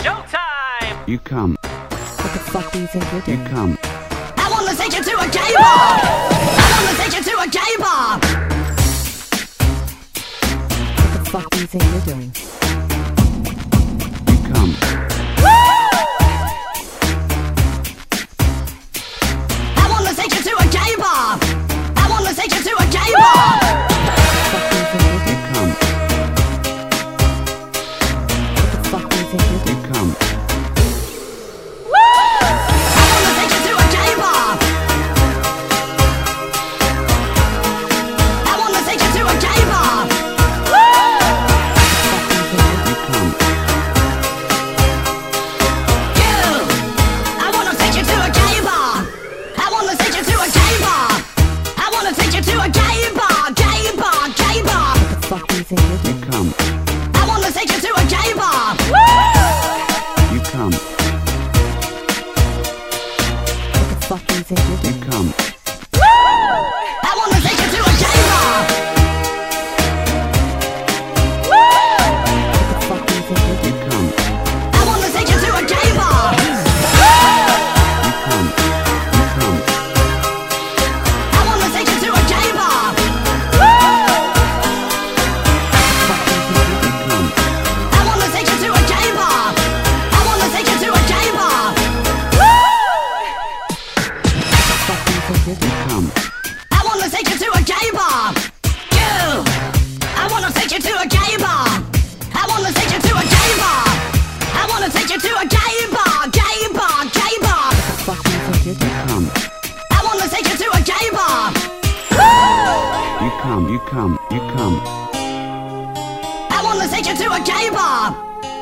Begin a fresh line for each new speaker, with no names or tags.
showtime!
You come.
What the fuck do you think you're
You
doing?
come.
I want to take you to a gay bar! I want to take you to a gay bar!
What the fuck do you think you're doing?
You come.
I want to take you to a gay bar! I want to take you to a gay bar!
Fuck do you think you're
You
doing?
come.
What the fuck do you think you're doing?
You come.
I want to take you to a gay bar! I want to take you to a gay bar!
Fuck do you think you're doing?
You come.
You! I want to take you to a gay bar! I want to take you to a gay bar! I want to take you to a gay bar! Gay bar! Gay bar!
What the fuck do you think you're
You
doing?
come.
I want to take you to a gay bar!
You come.
What the fuck do you think you're
You come.
doing?
I want to take
You come. You come. You come. You come. You come. You come. You come. You come. You come.
What the fuck do you think you're doing? Fuck do you think you're Fuck do you think you're doing? Fuck do you think you're doing?
you to a gay bar! I want to take you to a gay bar. I want to take you to a gay bar. I want to take you to a gay bar. I want to take you to a gay bar. I want to take you to a gay bar. You. I want to take you to a gay bar. I want to take you to a gay bar. I want to take you to a gay bar. Gay bar. Gay bar. I want to take you to a gay bar. I want to take you to a gay bar.